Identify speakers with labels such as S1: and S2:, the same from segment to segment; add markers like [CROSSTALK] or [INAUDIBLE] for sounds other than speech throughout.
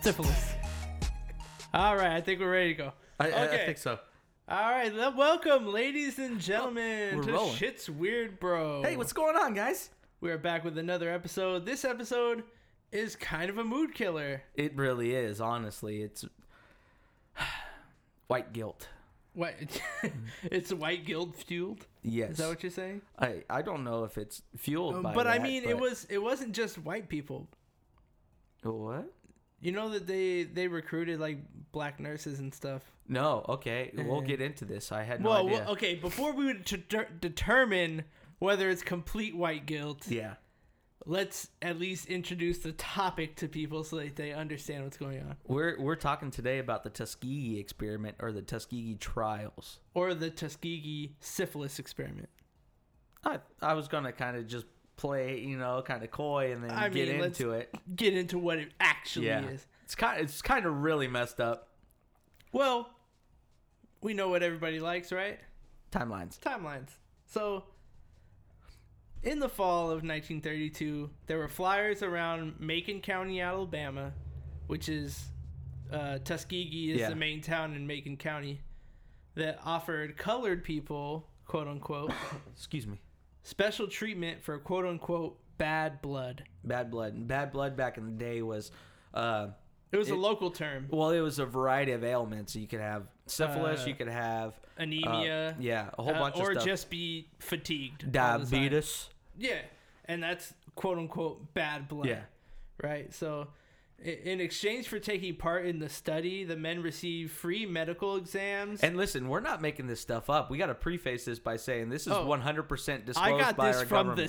S1: syphilis. All right, I think we're ready to go.
S2: I, I,
S1: Okay.
S2: I think so. Oh,
S1: All right, le- welcome, ladies and gentlemen,
S2: we're
S1: to
S2: rolling.
S1: Shit's Weird, Bro.
S2: Hey, what's going on, guys?
S1: We are back with another episode. This episode is kind of a mood killer.
S2: It really is, honestly. It's [SIGHS] white guilt.
S1: What? [LAUGHS] it's white guild fueled.
S2: Yes.
S1: Is that what you're saying?
S2: I I don't know if it's fueled by
S1: but I
S2: that,
S1: mean, it was it wasn't just white people.
S2: Oh, what?
S1: You know that they they recruited like black nurses and stuff.
S2: No. Okay, we'll get into this. I had no
S1: Eh. well,
S2: idea.
S1: well, okay. Before we would deter- determine whether it's complete white guilt,
S2: Yeah.
S1: let's at least introduce the topic to people so that they understand what's going on,
S2: We're we're talking today about the Tuskegee experiment or the Tuskegee trials.
S1: or the Tuskegee syphilis experiment.
S2: I I was gonna kind of just play, you know, kind of coy and then
S1: I
S2: get
S1: mean, let's-
S2: into it.
S1: Get into what it actually
S2: Yeah,
S1: is.
S2: it's kind it's kind of really messed up
S1: Well, we know what everybody likes, right?
S2: timelines.
S1: timelines. So, in the fall of 1932, there were flyers around Macon County, Alabama, which is uh, Tuskegee is
S2: Yeah.
S1: the main town in Macon County, that offered colored people, quote
S2: [COUGHS]
S1: unquote,
S2: Excuse me.
S1: special treatment for quote unquote bad blood.
S2: Bad blood. And Bad blood back in the day was, uh,
S1: It was a
S2: It-
S1: local term.
S2: well, it was a variety of ailments. You could have syphilis.
S1: Uh,
S2: you could have uh,
S1: Anemia.
S2: yeah, a whole
S1: uh,
S2: bunch
S1: or
S2: of stuff.
S1: just be fatigued. all the time.
S2: diabetes.
S1: Yeah, and that's quote unquote bad blood.
S2: Yeah.
S1: Right. So, i- in exchange for taking part in the study, the men receive free medical exams.
S2: And listen, we're not making this stuff up. We got to preface this by saying this is
S1: Oh.
S2: 100% disclosed
S1: I got
S2: by
S1: this
S2: our
S1: from the
S2: government.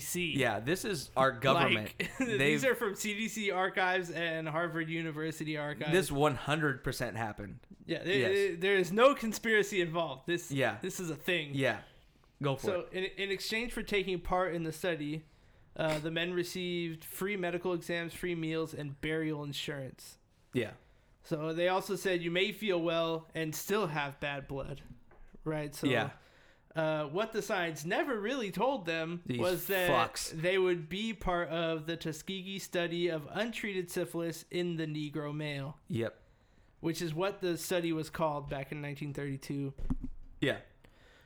S1: CDC.
S2: Yeah, this is our government.
S1: Like, [LAUGHS]
S2: They've
S1: these are from CDC archives and Harvard University archives.
S2: this 100% happened.
S1: yeah, there-
S2: yes.
S1: there- there is no conspiracy involved. This,
S2: Yeah.
S1: this is a thing.
S2: Yeah, go for
S1: So,
S2: it.
S1: in, in exchange for taking part in the study, uh, the men received free medical exams, free meals, and burial insurance.
S2: Yeah,
S1: So they also said you may feel well and still have bad blood, right? So
S2: Yeah.
S1: uh, what the science never really told them
S2: These
S1: was that
S2: fucks.
S1: they would be part of the Tuskegee study of untreated syphilis in the Negro male,
S2: yep,
S1: which is what the study was called back in 1932.
S2: yeah.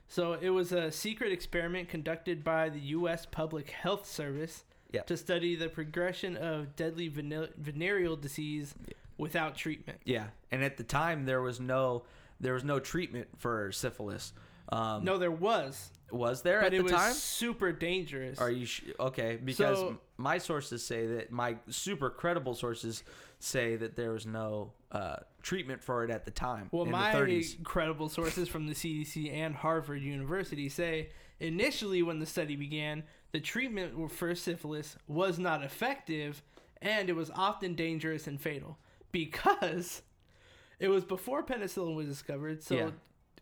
S1: So it was a secret experiment conducted by the U.S. Public Health Service
S2: Yeah.
S1: to study the progression of deadly vene- venereal disease without treatment.
S2: Yeah, and at the time there was no there was no treatment for syphilis. Um,
S1: No, there was.
S2: was there at
S1: but
S2: the
S1: it was
S2: time?
S1: super dangerous.
S2: Are you sh- okay? Because
S1: So-
S2: m- my sources say that my super credible sources say that there was no uh, treatment for it at the time.
S1: well,
S2: in
S1: my
S2: the 30s.
S1: credible sources from the CDC and Harvard University say initially when the study began, the treatment for syphilis was not effective and it was often dangerous and fatal because it was before penicillin was discovered. So
S2: Yeah.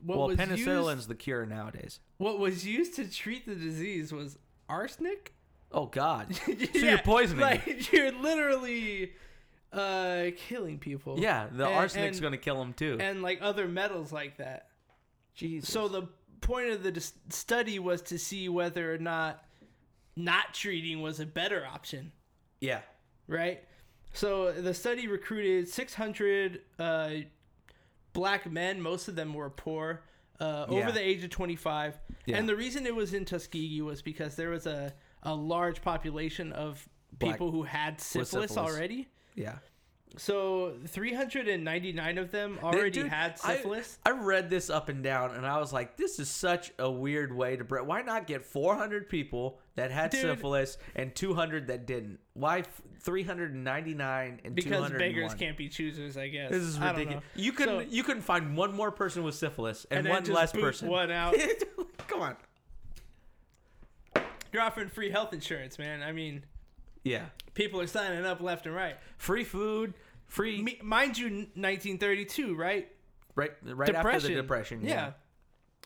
S1: what
S2: well,
S1: was
S2: penicillin's
S1: used
S2: the cure nowadays.
S1: what was used to treat the disease was arsenic.
S2: Oh
S1: [LAUGHS]
S2: God! so
S1: Yeah,
S2: you're poisoning.
S1: Like
S2: it.
S1: you're literally uh killing people.
S2: Yeah, the
S1: And-
S2: arsenic's
S1: and-
S2: gonna kill him too.
S1: and like other metals like that.
S2: Jesus.
S1: So the point of the dis- study was to see whether or not not treating was a better option,
S2: yeah,
S1: right? So the study recruited 600 uh, black men. Most of them were poor, uh, over
S2: Yeah.
S1: the age of 25.
S2: Yeah.
S1: And the reason it was in Tuskegee was because there was a, a large population of
S2: Black-
S1: people who had syphilis,
S2: syphilis.
S1: already.
S2: yeah.
S1: So 399 of them
S2: That-
S1: already
S2: dude,
S1: had
S2: I-
S1: syphilis.
S2: I, read this up and down, and I was like, "This is such a weird way to break. Why not get 400 people that had
S1: Dude.
S2: syphilis and 200 that didn't? Why f- 399 and
S1: because
S2: 201?
S1: beggars can't be choosers, I guess.
S2: This is
S1: I don't
S2: ridiculous.
S1: know.
S2: You couldn't
S1: So-
S2: you couldn't find one more person with syphilis and,
S1: and then
S2: one
S1: just
S2: less
S1: boot
S2: person.
S1: One
S2: [LAUGHS]
S1: out.
S2: Come on.
S1: You're offering free health insurance, man. I mean,
S2: Yeah.
S1: people are signing up left and right.
S2: Free food, free
S1: Me- mind you, 1932, right?
S2: right right after the depression.
S1: Yeah.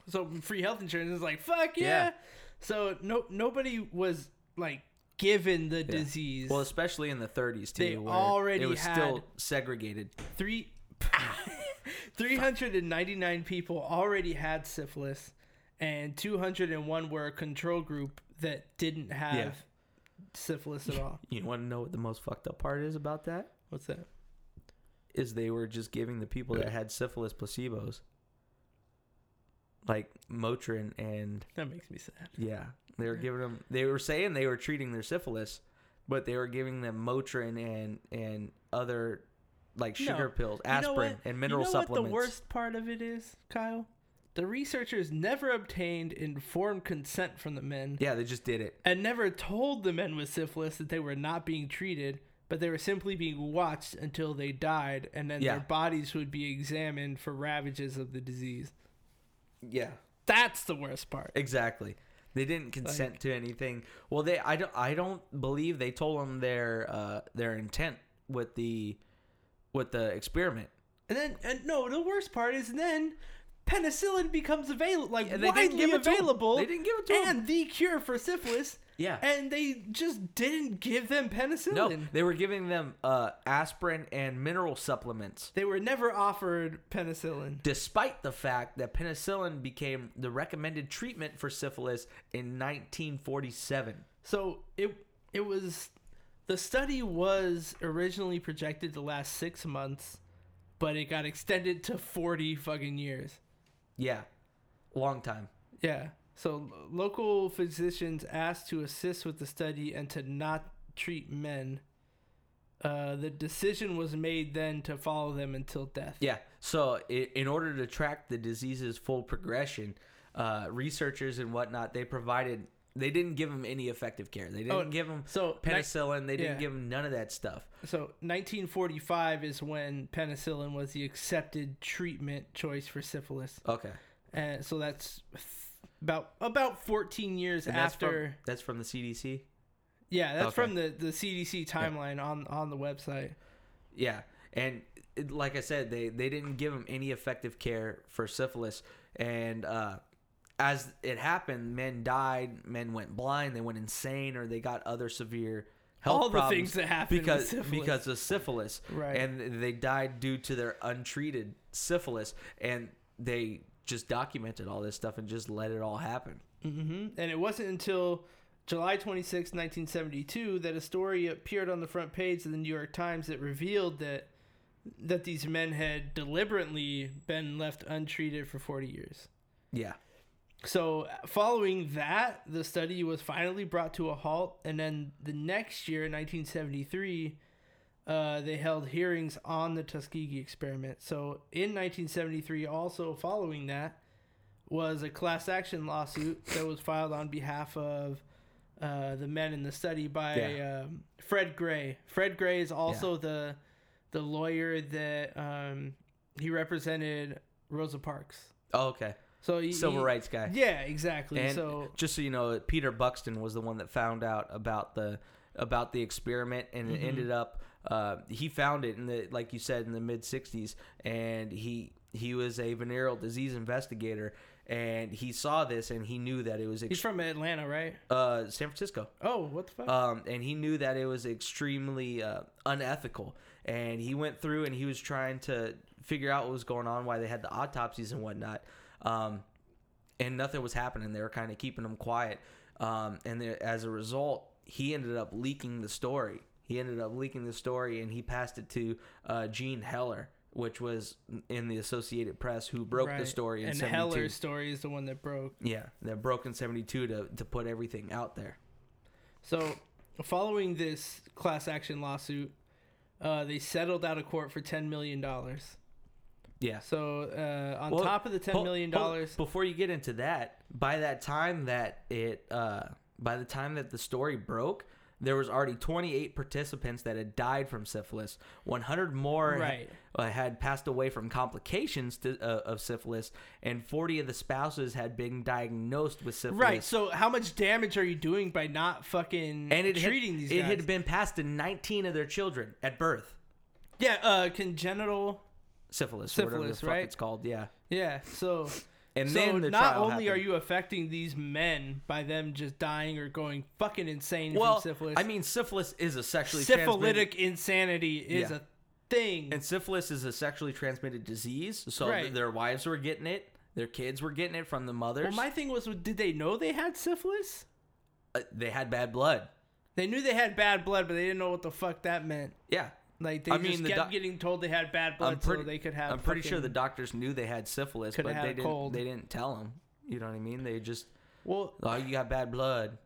S1: So free health insurance is like fuck yeah.
S2: Yeah.
S1: So no nobody was like given the disease.
S2: Well, especially in the 30s too.
S1: They
S2: where
S1: already
S2: it was
S1: had-
S2: still segregated.
S1: three [LAUGHS] 399 people already had syphilis and 201 were a control group that didn't have
S2: Yeah.
S1: syphilis at all
S2: You want to know what the most fucked up part is about that?
S1: what's that
S2: is they were just giving the people that had syphilis placebos, like Motrin, and
S1: That makes me sad.
S2: yeah, they were giving them. They were saying they were treating their syphilis, but they were giving them Motrin and and other like
S1: No.
S2: sugar pills,
S1: You know
S2: aspirin,
S1: what-
S2: and mineral
S1: you know
S2: supplements.
S1: What the worst part of it is, Kyle, the researchers never obtained informed consent from the men
S2: Yeah, they just did it.
S1: and never told the men with syphilis that they were not being treated, but they were simply being watched until they died, and then
S2: Yeah.
S1: their bodies would be examined for ravages of the disease.
S2: Yeah.
S1: That's the worst part.
S2: Exactly. They didn't consent to anything. Well, they I don't I don't believe they told them their uh, their intent with the with the experiment.
S1: And then, and no, the worst part is then penicillin becomes available, like
S2: Yeah, they didn't
S1: widely
S2: give it to 'em.
S1: available.
S2: They didn't give it to 'em.
S1: and the cure for syphilis.
S2: Yeah.
S1: and they just didn't give them penicillin.
S2: No, they were giving them uh, aspirin and mineral supplements,
S1: They were never offered penicillin.
S2: despite the fact that penicillin became the recommended treatment for syphilis in 1947.
S1: So it it was the study was originally projected to last six months, but it got extended to forty fucking years.
S2: Yeah, long time.
S1: Yeah. So lo- local physicians asked to assist with the study and to not treat men. Uh, the decision was made then to follow them until death.
S2: Yeah. So, i in order to track the disease's full progression, uh, researchers and whatnot, they provided. They didn't give them any effective care. They didn't
S1: Oh,
S2: give them
S1: so ni-
S2: penicillin. They didn't
S1: yeah.
S2: give them none of that stuff.
S1: So 1945 is when penicillin was the accepted treatment choice for syphilis.
S2: Okay.
S1: And so that's th- about about 14 years
S2: And that's from-
S1: after.
S2: that's from the CDC.
S1: yeah, that's
S2: okay.
S1: from the, the CDC timeline on on the website.
S2: Yeah, and it, like I said, they they didn't give him any effective care for syphilis, and uh, as it happened, men died, men went blind, they went insane, or they got other severe health
S1: All the
S2: problems
S1: things that happen with
S2: because
S1: syphilis.
S2: because of syphilis,
S1: Right.
S2: And they died due to their untreated syphilis, and they just documented all this stuff and just let it all happen.
S1: hmm And it wasn't until July 26, 1972, that a story appeared on the front page of the New York Times that revealed that that these men had deliberately been left untreated for 40 years.
S2: Yeah,
S1: So, following that, the study was finally brought to a halt, and then the next year, 1973, uh, they held hearings on the Tuskegee experiment. So, in 1973, also following that, was a class action lawsuit that was filed on behalf of uh, the men in the study by
S2: Yeah.
S1: um, Fred Gray. Fred Gray is also the the lawyer that um, he represented Rosa Parks.
S2: oh, okay,
S1: So he,
S2: civil
S1: he-
S2: rights guy.
S1: yeah, exactly.
S2: And
S1: so
S2: just so you know, Peter Buxton was the one that found out about the about the experiment, and
S1: Mm-hmm.
S2: it ended up uh, he found it in the like you said in the mid '60s, and he he was a venereal disease investigator, and he saw this, and he knew that it was
S1: he's
S2: ex-
S1: from Atlanta, right?
S2: uh, San Francisco
S1: Oh, what the fuck?
S2: um, and he knew that it was extremely uh, unethical. And he went through and he was trying to figure out what was going on, why they had the autopsies and whatnot, um, and nothing was happening. They were kind of keeping him quiet, um, and there, as a result, he ended up leaking the story. He ended up leaking the story, and he passed it to uh, Gene Heller, which was in the Associated Press, who broke the
S1: Right.
S2: story in
S1: and
S2: 72.
S1: Heller's story is the one that broke.
S2: yeah, that broke in '72 to to put everything out there.
S1: So, following this class action lawsuit, uh, they settled out of court for ten million dollars.
S2: Yeah.
S1: So, uh, on
S2: Well,
S1: top of the ten
S2: Hold-
S1: million
S2: hold-
S1: dollars,
S2: Before you get into that, by that time that it, uh, by the time that the story broke, there was already 28 participants that had died from syphilis. 100 more ha-
S1: Right.
S2: uh, had passed away from complications to, uh, of syphilis, and 40 of the spouses had been diagnosed with syphilis.
S1: right? So, how much damage are you doing by not fucking
S2: And it
S1: treating
S2: had,
S1: these
S2: it
S1: guys?
S2: had been passed to 19 of their children at birth.
S1: yeah, uh, congenital.
S2: Syphilis, whatever the
S1: Syphilis,
S2: fuck
S1: right?
S2: it's called. Yeah.
S1: Yeah. So.
S2: And
S1: so
S2: then the
S1: not
S2: trial
S1: only are
S2: happened.
S1: you affecting these men by them just dying or going fucking insane
S2: well,
S1: from syphilis.
S2: I mean, syphilis is a sexually transmitted
S1: syphilitic insanity is
S2: Yeah.
S1: a thing.
S2: And syphilis is a sexually transmitted disease, so th-
S1: Right.
S2: their wives were getting it, their kids were getting it from the mothers.
S1: well, my thing was, did they know they had syphilis?
S2: Uh, they had bad blood.
S1: They knew they had bad blood, but they didn't know what the fuck that meant.
S2: Yeah,
S1: Like they
S2: I mean,
S1: just
S2: the
S1: kept
S2: doc-
S1: getting told they had bad blood,
S2: I'm pretty,
S1: so they could have.
S2: I'm pretty sure the
S1: fucking-
S2: doctors knew they had syphilis, but
S1: Coulda
S2: they
S1: had a
S2: didn't.
S1: cold.
S2: They didn't tell them. You know what I mean? They just
S1: well,
S2: oh, you got bad blood.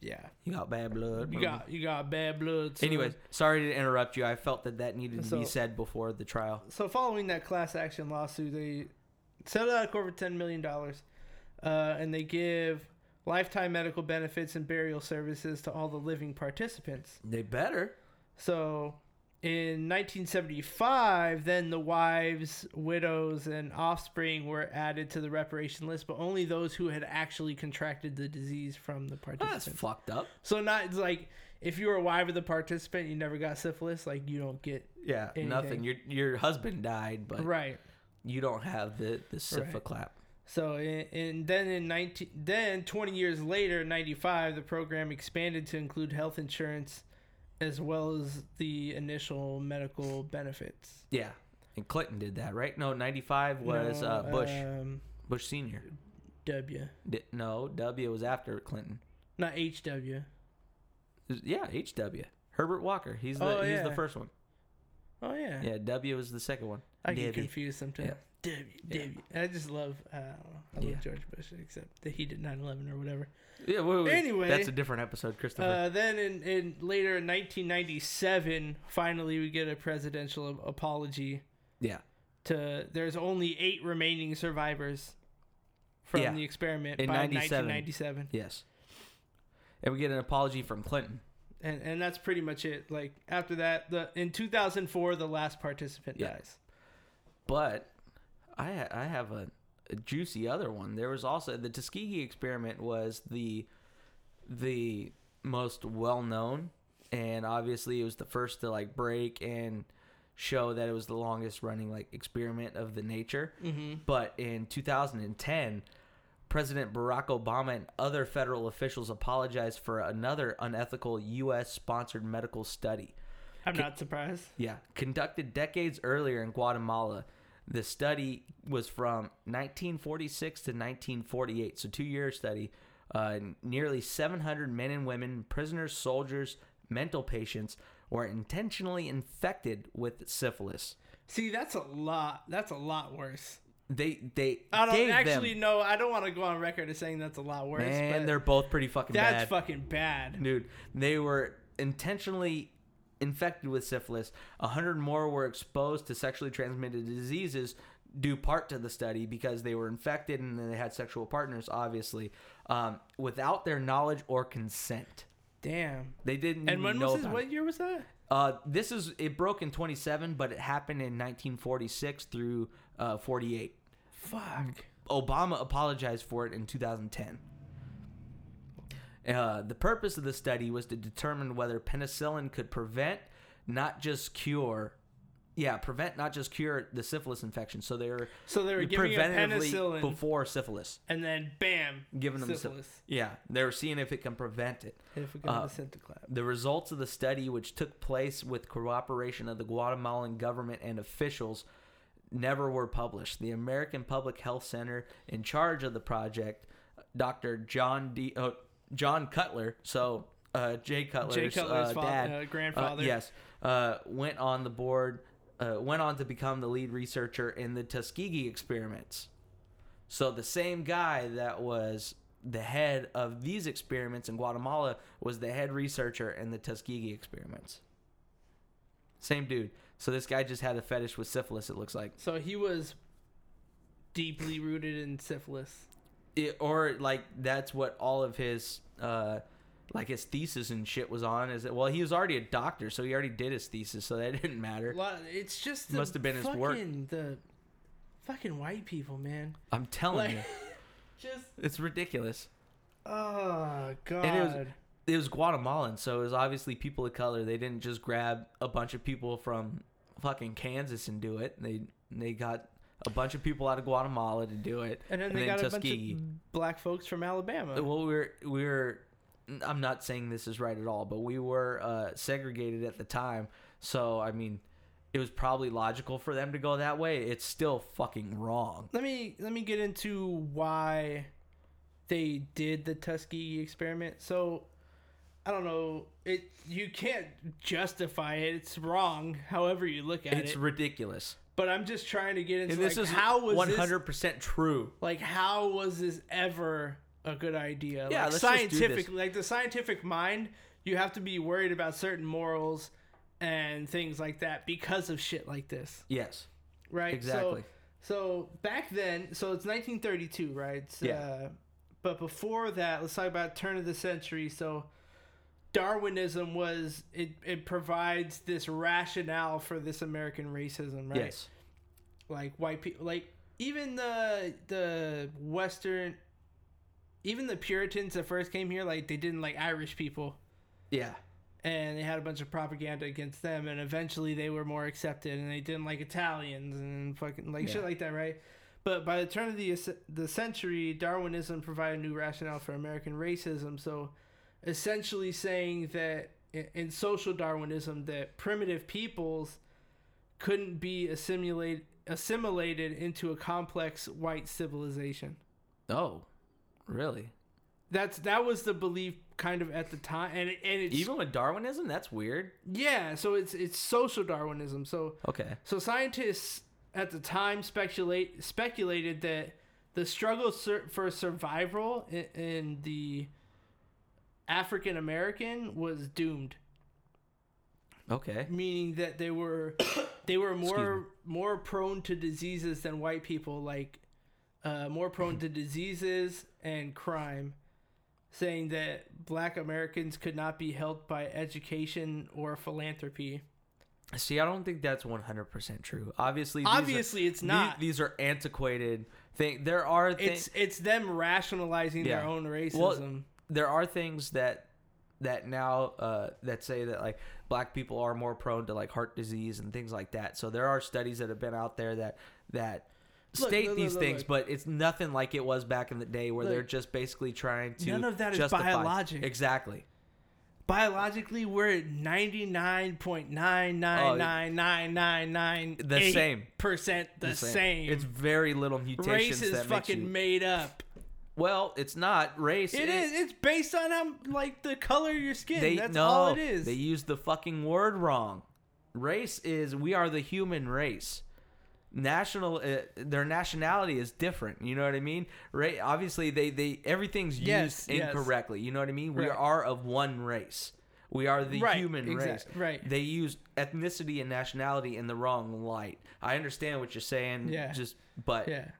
S1: yeah,
S2: You got bad blood.
S1: you
S2: [LAUGHS]
S1: got you got bad blood. son.
S2: Anyways, sorry to interrupt you. I felt that that needed to
S1: So-
S2: be said before the trial.
S1: so following that class action lawsuit, they settled out of court for ten million dollars, uh, and they give lifetime medical benefits and burial services to all the living participants.
S2: They better.
S1: So, in 1975, then the wives, widows, and offspring were added to the reparation list, but only those who had actually contracted the disease from the
S2: That's
S1: participants.
S2: fucked up.
S1: so not it's like if you were a wife of the participant, you never got syphilis. Like you don't get
S2: Yeah, nothing.
S1: Anything.
S2: Your your husband died, but
S1: right.
S2: you don't have the the syphilis
S1: Right.
S2: clap.
S1: So and, and then in 19 then 20 years later 95 the program expanded to include health insurance as well as the initial medical benefits.
S2: Yeah, and Clinton did that, right? No, ninety five was
S1: No,
S2: uh, Bush,
S1: um,
S2: Bush senior.
S1: W.
S2: Di- no, W was after Clinton.
S1: Not HW.
S2: Yeah, HW. Herbert Walker. He's the
S1: Oh,
S2: he's the
S1: yeah.
S2: first one.
S1: Oh yeah.
S2: Yeah, W is the second one.
S1: I get
S2: W.
S1: confused sometimes. W,
S2: Yeah.
S1: W. I just love uh, I don't know. I love
S2: Yeah.
S1: George Bush except that he did 9/11 or whatever.
S2: Yeah, wait, wait.
S1: Anyway.
S2: that's a different episode, Christopher.
S1: Uh, then in, in later in 1997 finally we get a presidential ap- apology
S2: yeah,
S1: to there's only 8 remaining survivors from
S2: Yeah.
S1: the experiment
S2: In
S1: by
S2: 97.
S1: 1997.
S2: yes. And we get an apology from Clinton.
S1: And and that's pretty much it. Like after that the in 2004 the last participant
S2: Yeah.
S1: dies.
S2: But I ha- I have a, a juicy other one. There was also the Tuskegee experiment was the the most well known, and obviously it was the first to like break and show that it was the longest running like experiment of the nature.
S1: Mhm.
S2: But in 2010, President Barack Obama and other federal officials apologized for another unethical U.S. sponsored medical study.
S1: I'm not surprised.
S2: Yeah, conducted decades earlier in Guatemala. The study was from 1946 to 1948, so two-year study. Uh, nearly 700 men and women, prisoners, soldiers, mental patients, were intentionally infected with syphilis.
S1: See, that's a lot. That's a lot worse.
S2: They they
S1: I don't
S2: gave
S1: actually
S2: them,
S1: know. I don't want to go on record as saying that's a lot worse.
S2: man,
S1: but
S2: they're both pretty fucking
S1: that's
S2: bad.
S1: fucking bad.
S2: dude they were intentionally infected with syphilis 100 more were exposed to sexually transmitted diseases due part to the study because they were infected and then they had sexual partners obviously um, without their knowledge or consent
S1: Damn.
S2: they didn't
S1: And when
S2: know
S1: was this?
S2: about it.
S1: What year was that?
S2: Uh, this is it broke in 27 but it happened in 1946 through uh, 48
S1: Fuck.
S2: Obama apologized for it in 2010. Uh, the purpose of the study was to determine whether penicillin could prevent, not just cure, yeah, prevent, not just cure the syphilis infection. So they were
S1: So they were giving him
S2: preventively
S1: penicillin,
S2: before syphilis,
S1: and then bam,
S2: giving them syphilis.
S1: syphilis.
S2: yeah, they were seeing if it can prevent it.
S1: If we go
S2: Uh,
S1: to Syntaclap.
S2: The results of the study, which took place with cooperation of the Guatemalan government and officials, never were published. The American Public Health Center in charge of the project, Dr. John D. Oh, John Cutler, so uh, Jay Cutler's,
S1: Jay Cutler's
S2: uh,
S1: fa-
S2: dad,
S1: uh,
S2: uh,
S1: grandfather.
S2: yes, uh, went on the board, uh, went on to become the lead researcher in the Tuskegee experiments. So the same guy that was the head of these experiments in Guatemala was the head researcher in the Tuskegee experiments. Same dude. So this guy just had a fetish with syphilis. It looks like,
S1: So he was deeply rooted in syphilis.
S2: it, or like that's what all of his, uh, like his thesis and shit was on. Is that well, he was already a doctor, so he already did his thesis, so that [LAUGHS] didn't matter.
S1: Lot- It's just the
S2: Must have been his work.
S1: fucking- The fucking white people, man.
S2: I'm telling
S1: Like,
S2: you,
S1: [LAUGHS] just
S2: it's ridiculous.
S1: oh god.
S2: And it was it was Guatemalan, so it was obviously people of color. They didn't just grab a bunch of people from fucking Kansas and do it. They they got a bunch of people out of Guatemala to do it,
S1: And then they got a bunch of black folks from Alabama.
S2: Well, we are we are I'm not saying this is right at all, but we were uh, segregated at the time, so I mean, it was probably logical for them to go that way. It's still fucking wrong.
S1: let me let me get into why they did the Tuskegee experiment. So I don't know. It you can't justify it. It's wrong. However you look at
S2: It's
S1: it.
S2: ridiculous.
S1: But I'm just trying to get into
S2: And
S1: like
S2: this is
S1: how was
S2: one
S1: this
S2: hundred percent true.
S1: like how was this ever a good idea
S2: Yeah,
S1: like
S2: let's just do this.
S1: scientific like the scientific mind you have to be worried about certain morals and things like that because of shit like this
S2: Yes,
S1: right
S2: Exactly.
S1: so, so back then so it's 1932 right It's,
S2: Yeah.
S1: uh, but before that let's talk about turn of the century so darwinism was it, it provides this rationale for this american racism right
S2: yes,
S1: like white people like even the the western even the puritans that first came here like they didn't like irish people
S2: yeah,
S1: and they had a bunch of propaganda against them and eventually they were more accepted and they didn't like italians and fucking like shit
S2: Yeah.
S1: like that right but by the turn of the the century darwinism provided a new rationale for american racism so essentially saying that in, in social darwinism that primitive peoples couldn't be assimilate, assimilated into a complex white civilization
S2: Oh, really?
S1: that's that was the belief kind of at the time and it, and it's
S2: Even with Darwinism, that's weird.
S1: Yeah, so it's it's social Darwinism. So
S2: Okay.
S1: so scientists at the time speculate speculated that the struggle sur- for survival in, in the African American was doomed,
S2: Okay.
S1: meaning that they were [COUGHS] they were
S2: Excuse
S1: more more prone to diseases than white people, like uh, more prone
S2: [LAUGHS]
S1: to diseases and crime. Saying that black Americans could not be helped by education or philanthropy.
S2: See, I don't think that's 100% true. Obviously, these are-
S1: Obviously, it's
S2: the-
S1: not.
S2: These, are antiquated thing. There are
S1: it's
S2: things.
S1: it's them rationalizing
S2: Yeah.
S1: their own racism.
S2: Well, There are things that that now uh, that say that like black people are more prone to like heart disease and things like that. So there are studies that have been out there that that
S1: Look,
S2: state
S1: look, look,
S2: these
S1: look,
S2: things,
S1: look.
S2: but it's nothing like it was back in the day where they're
S1: Look.
S2: just basically trying to
S1: None of that is
S2: justify-
S1: biologic.
S2: Exactly.
S1: Biologically, we're at ninety nine point nine nine nine nine nine nine
S2: The same.
S1: percent the, same.
S2: It's very little mutations
S1: Race is
S2: that makes
S1: fucking
S2: you.
S1: made up.
S2: well, it's not race.
S1: It is. It's based on how like the color of your skin.
S2: They
S1: That's
S2: no,
S1: all it is.
S2: They used the fucking word wrong. Race is we are the human race. National, uh, their nationality is different. You know what I mean? Right? Obviously, they they everything's used
S1: Yes, yes.
S2: incorrectly. You know what I mean? We
S1: Right.
S2: are of one race. We are the
S1: Right,
S2: human race.
S1: exact- right.
S2: They used ethnicity and nationality in the wrong light. I understand what you're saying.
S1: Yeah.
S2: Just but
S1: yeah.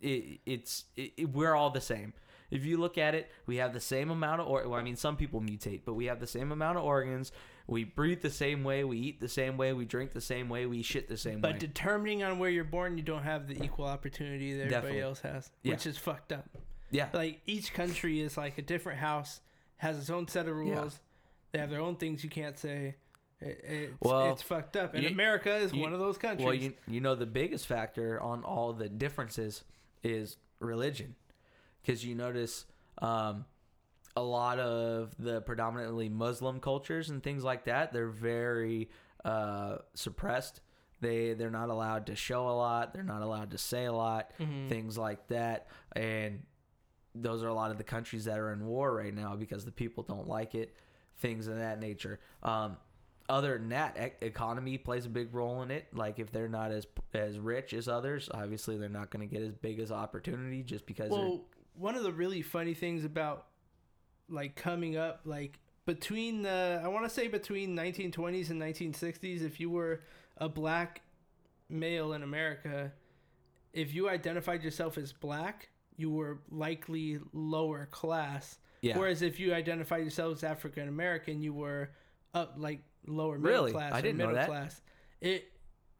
S2: it, it's it, it- we're all the same. If you look at it, we have the same amount of or well, I mean, some people mutate, but we have the same amount of organs. We breathe the same way. We eat the same way. We drink the same way. We shit the same
S1: But
S2: way.
S1: determining on where you're born, you don't have the equal opportunity that everybody
S2: Definitely.
S1: else has,
S2: Yeah.
S1: which is fucked up.
S2: yeah,
S1: like each country is like a different house, has its own set of rules. They have their own things you can't say. It, it's,
S2: Well,
S1: it's fucked up, and
S2: you-
S1: America is
S2: you-
S1: one of those countries.
S2: Well, you, you know the biggest factor on all the differences is religion, because you notice um, a lot of the predominantly Muslim cultures and things like that. They're very uh, suppressed. They they're not allowed to show a lot. They're not allowed to say a lot. Things like that, and those are a lot of the countries that are in war right now because the people don't like it, things of that nature. Um, other than that, e- economy plays a big role in it. Like if they're not as as rich as others, obviously they're not going to get as big as opportunity just because. they're-
S1: Well, one of the really funny things about like coming up, like between the, I want to say between 1920s and 1960s, if you were a black male in America, if you identified yourself as black, you were likely lower class.
S2: Yeah.
S1: Whereas if you identified yourself as African American, you were up like lower middle
S2: Really?
S1: class
S2: I
S1: or
S2: didn't know
S1: middle
S2: that.
S1: class. It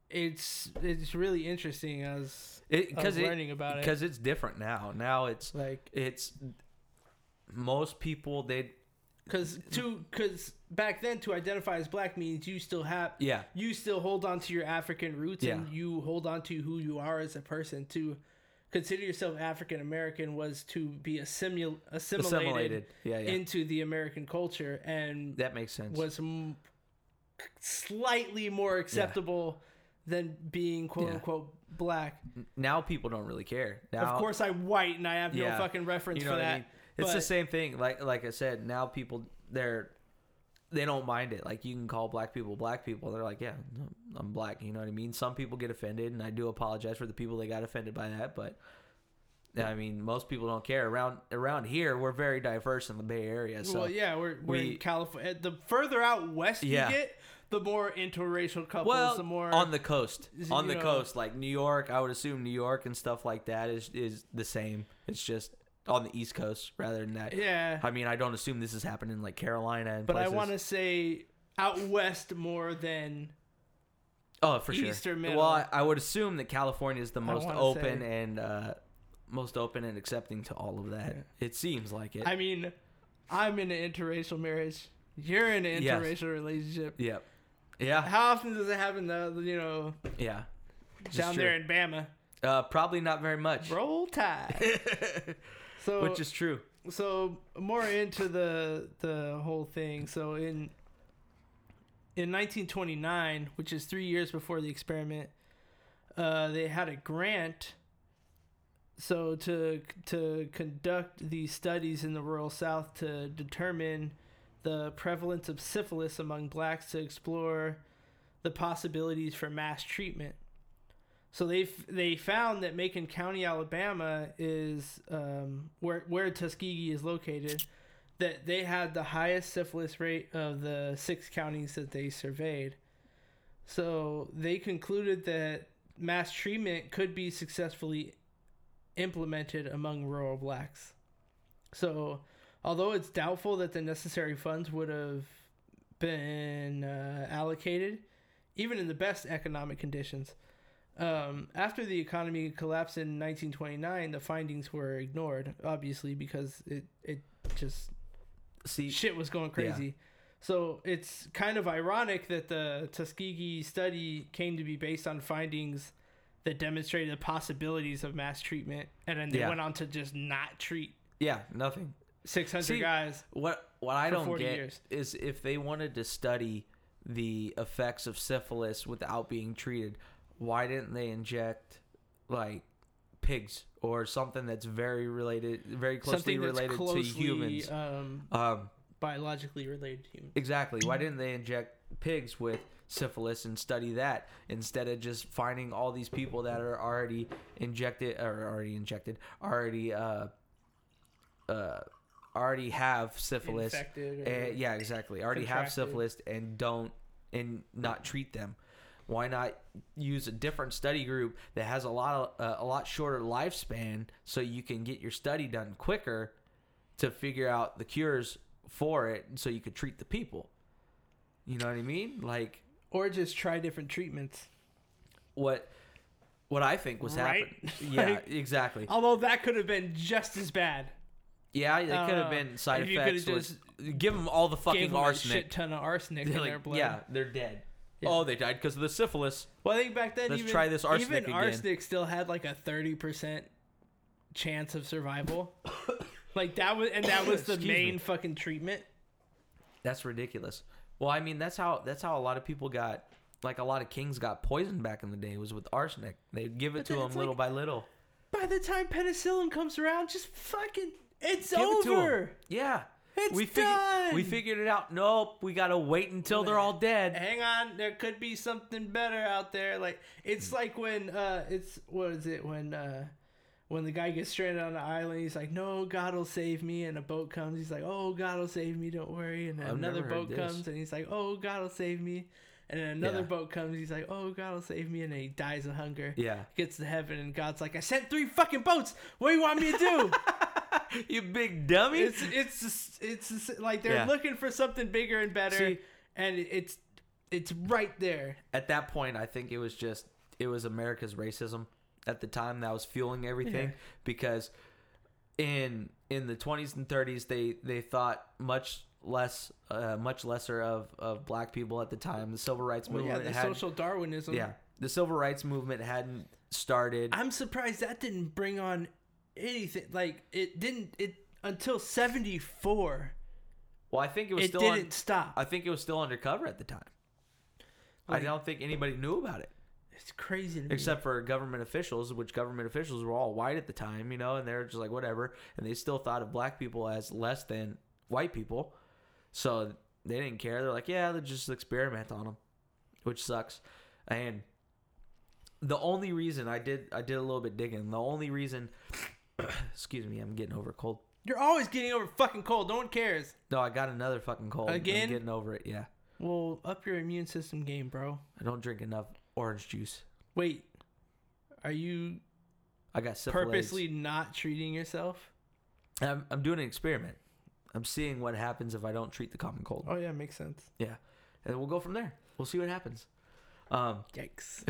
S1: it's it's really interesting as
S2: It-
S1: I was
S2: 'cause it-
S1: learning about it.
S2: because it's different now. Now it's
S1: like
S2: it's most people they
S1: Because to because back then to identify as black means you still have
S2: Yeah.
S1: you still hold on to your African roots and
S2: Yeah.
S1: you hold on to who you are as a person. To consider yourself African American was to be assimil- assimilated,
S2: Assimilated. Yeah, yeah.
S1: into the American culture and
S2: that makes sense.
S1: was m- slightly more acceptable than being quote
S2: Yeah.
S1: unquote black.
S2: now people don't really care. Now
S1: Of course, I'm white and I have
S2: Yeah.
S1: no fucking reference
S2: you know
S1: for
S2: what
S1: that.
S2: I mean? It's the
S1: but-
S2: same thing. Like like I said, now people they're they don't mind it. Like you can call black people black people. They're like, yeah, I'm black. You know what I mean? Some people get offended, and I do apologize for the people that got offended by that. But I mean, most people don't care around around here. We're very diverse in the Bay Area. So
S1: well, yeah, we're, we're
S2: we-
S1: in California. The further out west
S2: Yeah.
S1: you get, the more interracial couples,
S2: well,
S1: the more
S2: on the coast,
S1: you
S2: on the
S1: know-
S2: coast, like New York, I would assume New York and stuff like that is is the same. It's just on the East Coast rather than that.
S1: yeah.
S2: I mean, I don't assume this is happening in like Carolina and
S1: but I
S2: places.
S1: want to say out west more than
S2: Oh, for sure.
S1: Easter
S2: Well,
S1: middle.
S2: I, I would assume that California is the most
S1: wanna
S2: open and uh, most open and accepting to all of that. It seems like it.
S1: I mean, I'm in an interracial marriage. You're in an
S2: Yes.
S1: interracial relationship.
S2: yep. Yeah.
S1: How often does it happen? To, you know,
S2: Yeah. It's
S1: down
S2: true.
S1: there in Bama.
S2: Uh, probably not very much,
S1: Roll Tide. so
S2: [LAUGHS] which is true.
S1: so more into the the whole thing. So in in 1929, which is three years before the experiment, uh, they had a grant. So to to conduct these studies in the rural South to determine the prevalence of syphilis among blacks to explore the possibilities for mass treatment. So they f- they found that Macon County, Alabama, is um, where where Tuskegee is located. That they had the highest syphilis rate of the six counties that they surveyed. So they concluded that mass treatment could be successfully implemented among rural blacks. So, although it's doubtful that the necessary funds would have been uh, allocated, even in the best economic conditions, um, after the economy collapsed in 1929, the findings were ignored, obviously, because it, it just
S2: See,
S1: shit was going crazy. So it's kind of ironic that the Tuskegee study came to be based on findings that demonstrated the possibilities of mass treatment, and then they
S2: Yeah.
S1: went on to just not treat
S2: yeah, nothing.
S1: 600
S2: See,
S1: guys.
S2: What what I
S1: For
S2: don't
S1: 40
S2: get
S1: years.
S2: is if they wanted to study the effects of syphilis without being treated, why didn't they inject like pigs or something that's very related, very closely
S1: Something that's
S2: related
S1: closely,
S2: to humans?
S1: um,
S2: Um,
S1: biologically related to humans.
S2: exactly. Why didn't they inject pigs with syphilis and study that instead of just finding all these people that are already injected or already injected, already uh, uh, already have syphilis
S1: Infected. Or,
S2: uh, yeah, exactly. Already have
S1: contracted.
S2: syphilis and don't and not treat them. Why not use a different study group that has a lot of, uh, a lot shorter lifespan so you can get your study done quicker to figure out the cures for it so you could treat the people. You know what I mean? Like
S1: Or just try different treatments.
S2: what what I think was
S1: Right? [LAUGHS]
S2: happening. Yeah,
S1: Like- oh,
S2: exactly.
S1: Although that could have been just as bad.
S2: Yeah, it could have
S1: Uh,
S2: been side
S1: if you coulda
S2: effects. was- give them all the
S1: Gave
S2: fucking
S1: them a
S2: arsenic.
S1: shit ton of arsenic in
S2: They're
S1: their
S2: [LAUGHS] like,
S1: blood.
S2: yeah, they're dead.
S1: Yeah.
S2: Oh, they died because of the syphilis.
S1: Well, I think back then,
S2: Let's
S1: even,
S2: try this arsenic
S1: even
S2: again.
S1: arsenic still had like a thirty percent chance of survival. like that was, and that
S2: [COUGHS]
S1: was the
S2: Excuse me.
S1: main fucking treatment.
S2: [COUGHS] That's ridiculous. Well, I mean, that's how that's how a lot of people got, like a lot of kings got poisoned back in the day was with arsenic. They'd give it
S1: But
S2: to
S1: then
S2: them
S1: it's
S2: little
S1: like-
S2: by little.
S1: By the time penicillin comes around, just fucking, it's
S2: Give it to 'em.
S1: over.
S2: Yeah,
S1: It's
S2: we
S1: done.
S2: we figured it out. Nope, we gotta wait until they're all dead.
S1: Hang on, there could be something better out there. Like it's
S2: Hmm.
S1: like when uh, it's what is it when uh, when the guy gets stranded on the island, he's like, "No, God'll save me," and a boat comes. He's like, "Oh, God'll save me, don't worry." And
S2: I've
S1: another
S2: never heard
S1: boat
S2: this.
S1: comes, and he's like, "Oh, God'll save me," and then another
S2: Yeah.
S1: boat comes. He's like, "Oh, God'll save me," and then he dies of hunger.
S2: Yeah,
S1: Gets to heaven and God's like, I sent three fucking boats. What do you want me to do?
S2: [LAUGHS] you big dummy.
S1: it's it's just- it's just- like they're
S2: Yeah.
S1: looking for something bigger and better,
S2: See-
S1: and it's it's right there.
S2: at that point, I think it was just it was America's racism at the time that was fueling everything
S1: Yeah.
S2: because in in the 20s and 30s they they thought much less uh, much lesser of of black people at the time the civil rights
S1: Well, yeah,
S2: movement
S1: the
S2: had,
S1: social Darwinism.
S2: yeah the civil rights movement hadn't started
S1: I'm surprised that didn't bring on anything. Like it didn't. It until '74,
S2: well I think it was
S1: it
S2: still
S1: didn't
S2: un-
S1: stop.
S2: I think it was still undercover at the time
S1: Like-
S2: I don't think anybody knew about it
S1: it's crazy. To me.
S2: except for government officials, which government officials were all white at the time, you know, and they're just like whatever, and they still thought of black people as less than white people. So they didn't care. They're like, yeah, let's just experiment on them, which sucks. And the only reason I did I did a little bit digging. The only reason, [COUGHS] excuse me, I'm getting over a cold.
S1: You're always getting over fucking cold. No one cares.
S2: No, I got another fucking cold. I'm
S1: Again?
S2: getting over it. Yeah,
S1: Well, up your immune system game, bro.
S2: I don't drink enough orange juice.
S1: Wait, are you
S2: I got syphilis.
S1: purposely not treating yourself?
S2: I'm, I'm doing an experiment. I'm seeing what happens if I don't treat the common cold.
S1: Oh yeah, makes sense.
S2: Yeah, and we'll go from there. We'll see what happens. Um, [LAUGHS]
S1: Yikes.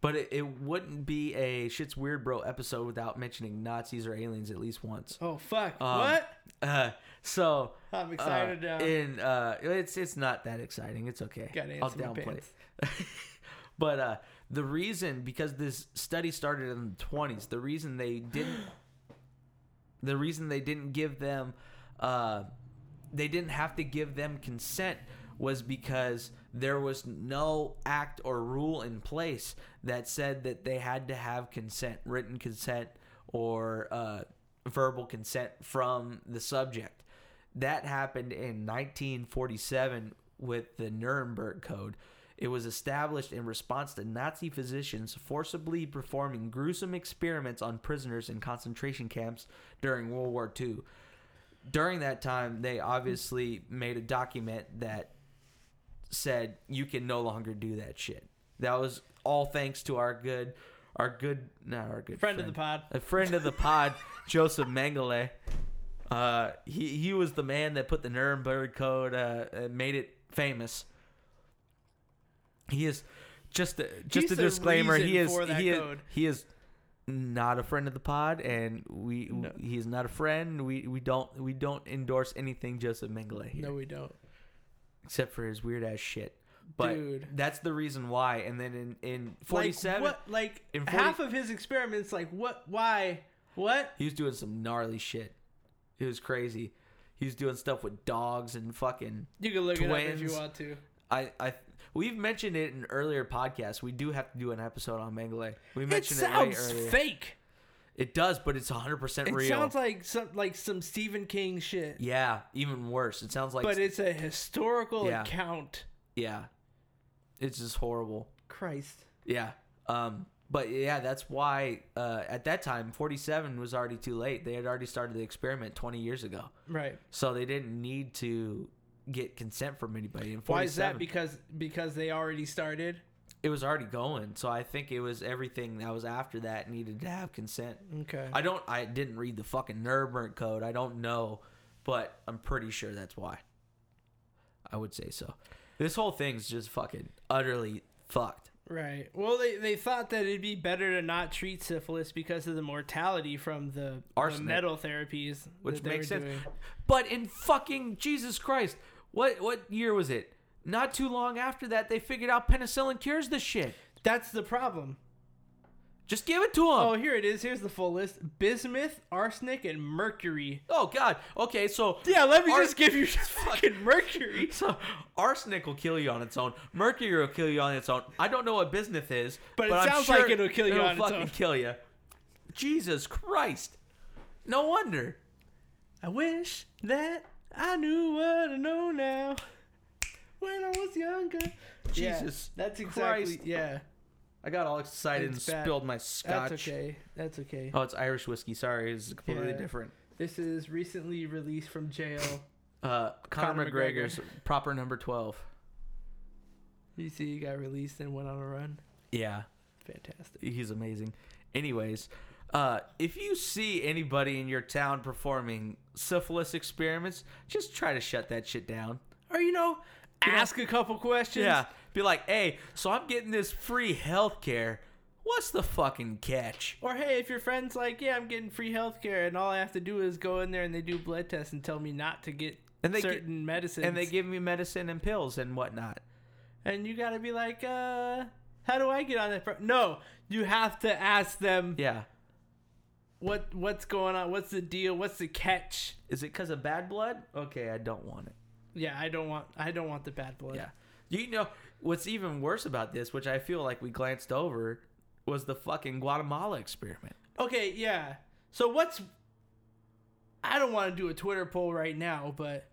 S2: but it, it wouldn't be a shit's weird bro episode without mentioning Nazis or aliens at least once.
S1: Oh fuck.
S2: Um,
S1: what?
S2: Uh, so
S1: I'm
S2: uh,
S1: excited now.
S2: and uh, it's it's not that exciting. It's okay.
S1: Gotta
S2: I'll
S1: answer my
S2: downplay it. [LAUGHS]
S1: pants.
S2: but uh, the reason because this study started in the 20s, the reason they didn't, [GASPS] the reason they didn't give them, uh, they didn't have to give them consent was because there was no act or rule in place that said that they had to have consent, written consent or uh, verbal consent from the subject. That happened in 1947 with the Nuremberg Code. It was established in response to Nazi physicians forcibly performing gruesome experiments on prisoners in concentration camps during World War II. During that time, they obviously made a document that said you can no longer do that shit. That was all thanks to our good, our good, not our good
S1: Friend of the pod.
S2: a friend of the pod, Joseph Mengele. Uh, he he was the man that put the Nuremberg Code, uh, uh, made it famous. He is just a, just
S1: He's
S2: a
S1: the
S2: disclaimer. He
S1: reason
S2: is
S1: for that
S2: he is,
S1: code.
S2: he is not a friend of the pod, and we
S1: No.
S2: he is not a friend. We we don't we don't endorse anything Joseph Mengele here,
S1: No, we don't.
S2: except for his weird ass shit. But
S1: Dude.
S2: that's the reason why. And then in in forty seven,
S1: Like, what? Like
S2: In 40
S1: half of his experiments. Like what? Why? What?
S2: He was doing some gnarly shit. It was crazy. He was doing stuff with dogs and fucking.
S1: You can look it up if you
S2: Twins.
S1: want to.
S2: I I we've mentioned it in earlier podcasts. We do have to do an episode on Mengele. We
S1: It
S2: mentioned it, way
S1: sounds
S2: earlier.
S1: fake.
S2: It does, but it's 100%
S1: It
S2: real.
S1: sounds like some like some Stephen King shit.
S2: yeah, even worse. It sounds like
S1: but it's a historical
S2: Yeah.
S1: account.
S2: yeah. It's just horrible.
S1: Christ.
S2: Yeah. Um but yeah, that's why uh, at that time 47 was already too late. They had already started the experiment 20 years ago.
S1: Right.
S2: So they didn't need to get consent from anybody. And 47,
S1: Why is that? Because because they already started.
S2: it was already going so i think it was everything that was after that needed to have consent
S1: Okay.
S2: i don't i didn't read the fucking nuremberg code i don't know but i'm pretty sure that's why i would say so this whole thing's just fucking utterly fucked
S1: Right. Well, they, they thought that it'd be better to not treat syphilis because of the mortality from the, the
S2: Arsenic.
S1: metal therapies,
S2: which
S1: that they
S2: makes
S1: were
S2: sense
S1: doing.
S2: but in fucking jesus christ what what year was it not too long after that they figured out penicillin cures this shit
S1: That's the problem.
S2: just give it to them
S1: Oh, here it is. Here's the full list: bismuth, arsenic, and mercury.
S2: oh god okay so
S1: Yeah, let me
S2: Ars-
S1: just
S2: [LAUGHS]
S1: give you fucking mercury.
S2: So arsenic will kill you on its own. Mercury will kill you on its own. I don't know what bismuth is,
S1: But it
S2: I'm
S1: sounds
S2: sure
S1: like it'll kill you
S2: it'll
S1: on its
S2: fucking
S1: own.
S2: kill you. Jesus Christ! No wonder.
S1: I wish that I knew what I know now when I was younger. Yeah,
S2: Jesus
S1: that's exactly.
S2: Christ.
S1: Yeah,
S2: I got all excited
S1: It's
S2: and
S1: bad.
S2: spilled my scotch.
S1: that's okay. That's okay.
S2: Oh, it's Irish whiskey. Sorry, it's completely
S1: Yeah.
S2: different.
S1: This is recently released from jail.
S2: Uh, Conor,
S1: Conor McGregor.
S2: McGregor's proper number twelve.
S1: You see, he got released and went on a run.
S2: Yeah,
S1: Fantastic.
S2: he's amazing. Anyways, uh, if you see anybody in your town performing syphilis experiments, just try to shut that shit down.
S1: Or you know, ask a couple questions.
S2: Yeah. [LAUGHS] Be like, hey, so I'm getting this free health care. What's the fucking catch?
S1: Or hey, if your friend's like, yeah, I'm getting free healthcare, and all I have to do is go in there and they do blood tests and tell me not to get
S2: And they gi-
S1: certain medicines,
S2: And they give me medicine and pills and whatnot.
S1: and you gotta be like, uh, how do I get on that? Pro-? No, you have to ask them
S2: Yeah.
S1: what what's going on, what's the deal, what's the catch.
S2: Is it because of bad blood? Okay, I don't want it.
S1: Yeah, I don't want I don't want the bad blood.
S2: Yeah. You know, what's even worse about this, which I feel like we glanced over, was the fucking Guatemala experiment.
S1: Okay, yeah. So what's I don't want to do a Twitter poll right now, but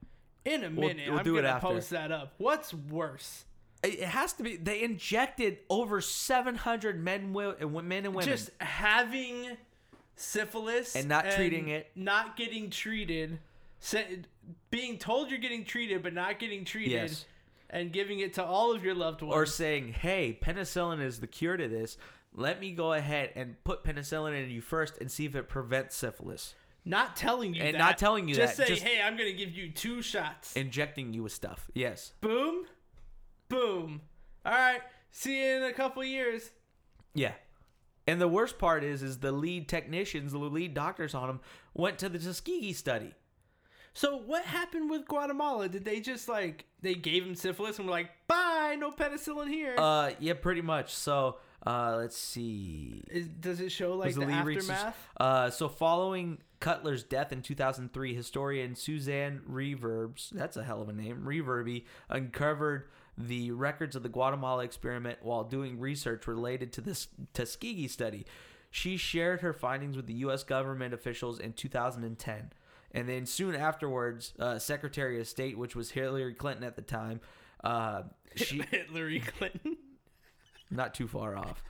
S1: in a minute.
S2: we'll
S1: I'm
S2: do it
S1: gonna
S2: after.
S1: post that up. What's worse?
S2: It it has to be. They injected over 700 men, will, uh, wo- men and women.
S1: Just having syphilis
S2: And not treating it.
S1: not getting treated, sa- being told you're getting treated but not getting treated,
S2: Yes.
S1: and giving it to all of your loved ones.
S2: or saying, "Hey, penicillin is the cure to this. Let me go ahead and put penicillin in you first and see if it prevents syphilis."
S1: not telling you
S2: And
S1: that.
S2: not telling you
S1: just
S2: that,
S1: say
S2: just-
S1: hey i'm gonna give you two shots
S2: Injecting you with stuff. Yes.
S1: boom boom all right see you in a couple years
S2: Yeah. And the worst part is, is the lead technicians, the lead doctors on them, went to the Tuskegee study.
S1: so what happened with guatemala did they just like they gave him syphilis and were like bye no penicillin here. Is
S2: Uh, yeah, pretty much. So, uh, let's see.
S1: does it show like
S2: Was
S1: the,
S2: lead research-
S1: aftermath
S2: Uh, so following Cutler's death in 2003, historian Suzanne Reverbs, that's a hell of a name, Reverby, uncovered the records of the Guatemala experiment while doing research related to this Tuskegee study. She shared her findings with the U.S. government officials in 2010. And then soon afterwards, uh, Secretary of State, which was Hillary Clinton at the time, uh,
S1: [LAUGHS]
S2: she
S1: [LAUGHS] hillary clinton
S2: not too far off.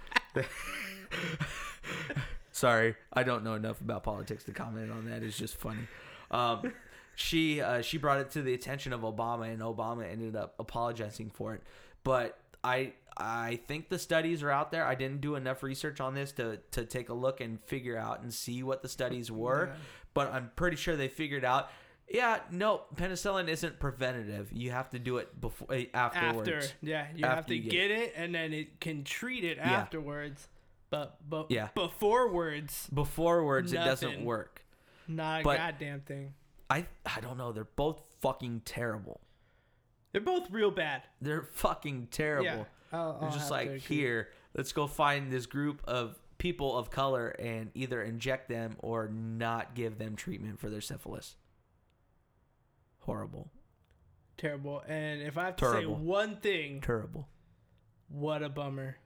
S2: Sorry, I don't know enough about politics to comment on that. It's just funny. Um, she uh, she brought it to the attention of Obama, and Obama ended up apologizing for it. But I I think the studies are out there. I didn't do enough research on this to to take a look and figure out and see what the studies were.
S1: Yeah.
S2: But I'm pretty sure they figured out. Yeah, no, penicillin isn't preventative. You have to do it before afterwards.
S1: [LAUGHS] after yeah you
S2: After
S1: have to
S2: you
S1: get,
S2: get
S1: it. and then it can treat it afterwards but but
S2: Yeah.
S1: before words
S2: Before words, it doesn't
S1: Nothing.
S2: work.
S1: not a
S2: But-
S1: goddamn thing
S2: I I don't know. They're both fucking terrible.
S1: they're both real bad
S2: They're fucking terrible.
S1: Yeah, I'll-
S2: They're
S1: I'll
S2: just
S1: have to
S2: like
S1: agree.
S2: here. Let's go find this group of people of color and either inject them or not give them treatment for their syphilis. Horrible.
S1: terrible. And if I have to
S2: Terrible.
S1: say one thing,
S2: Terrible.
S1: what a bummer.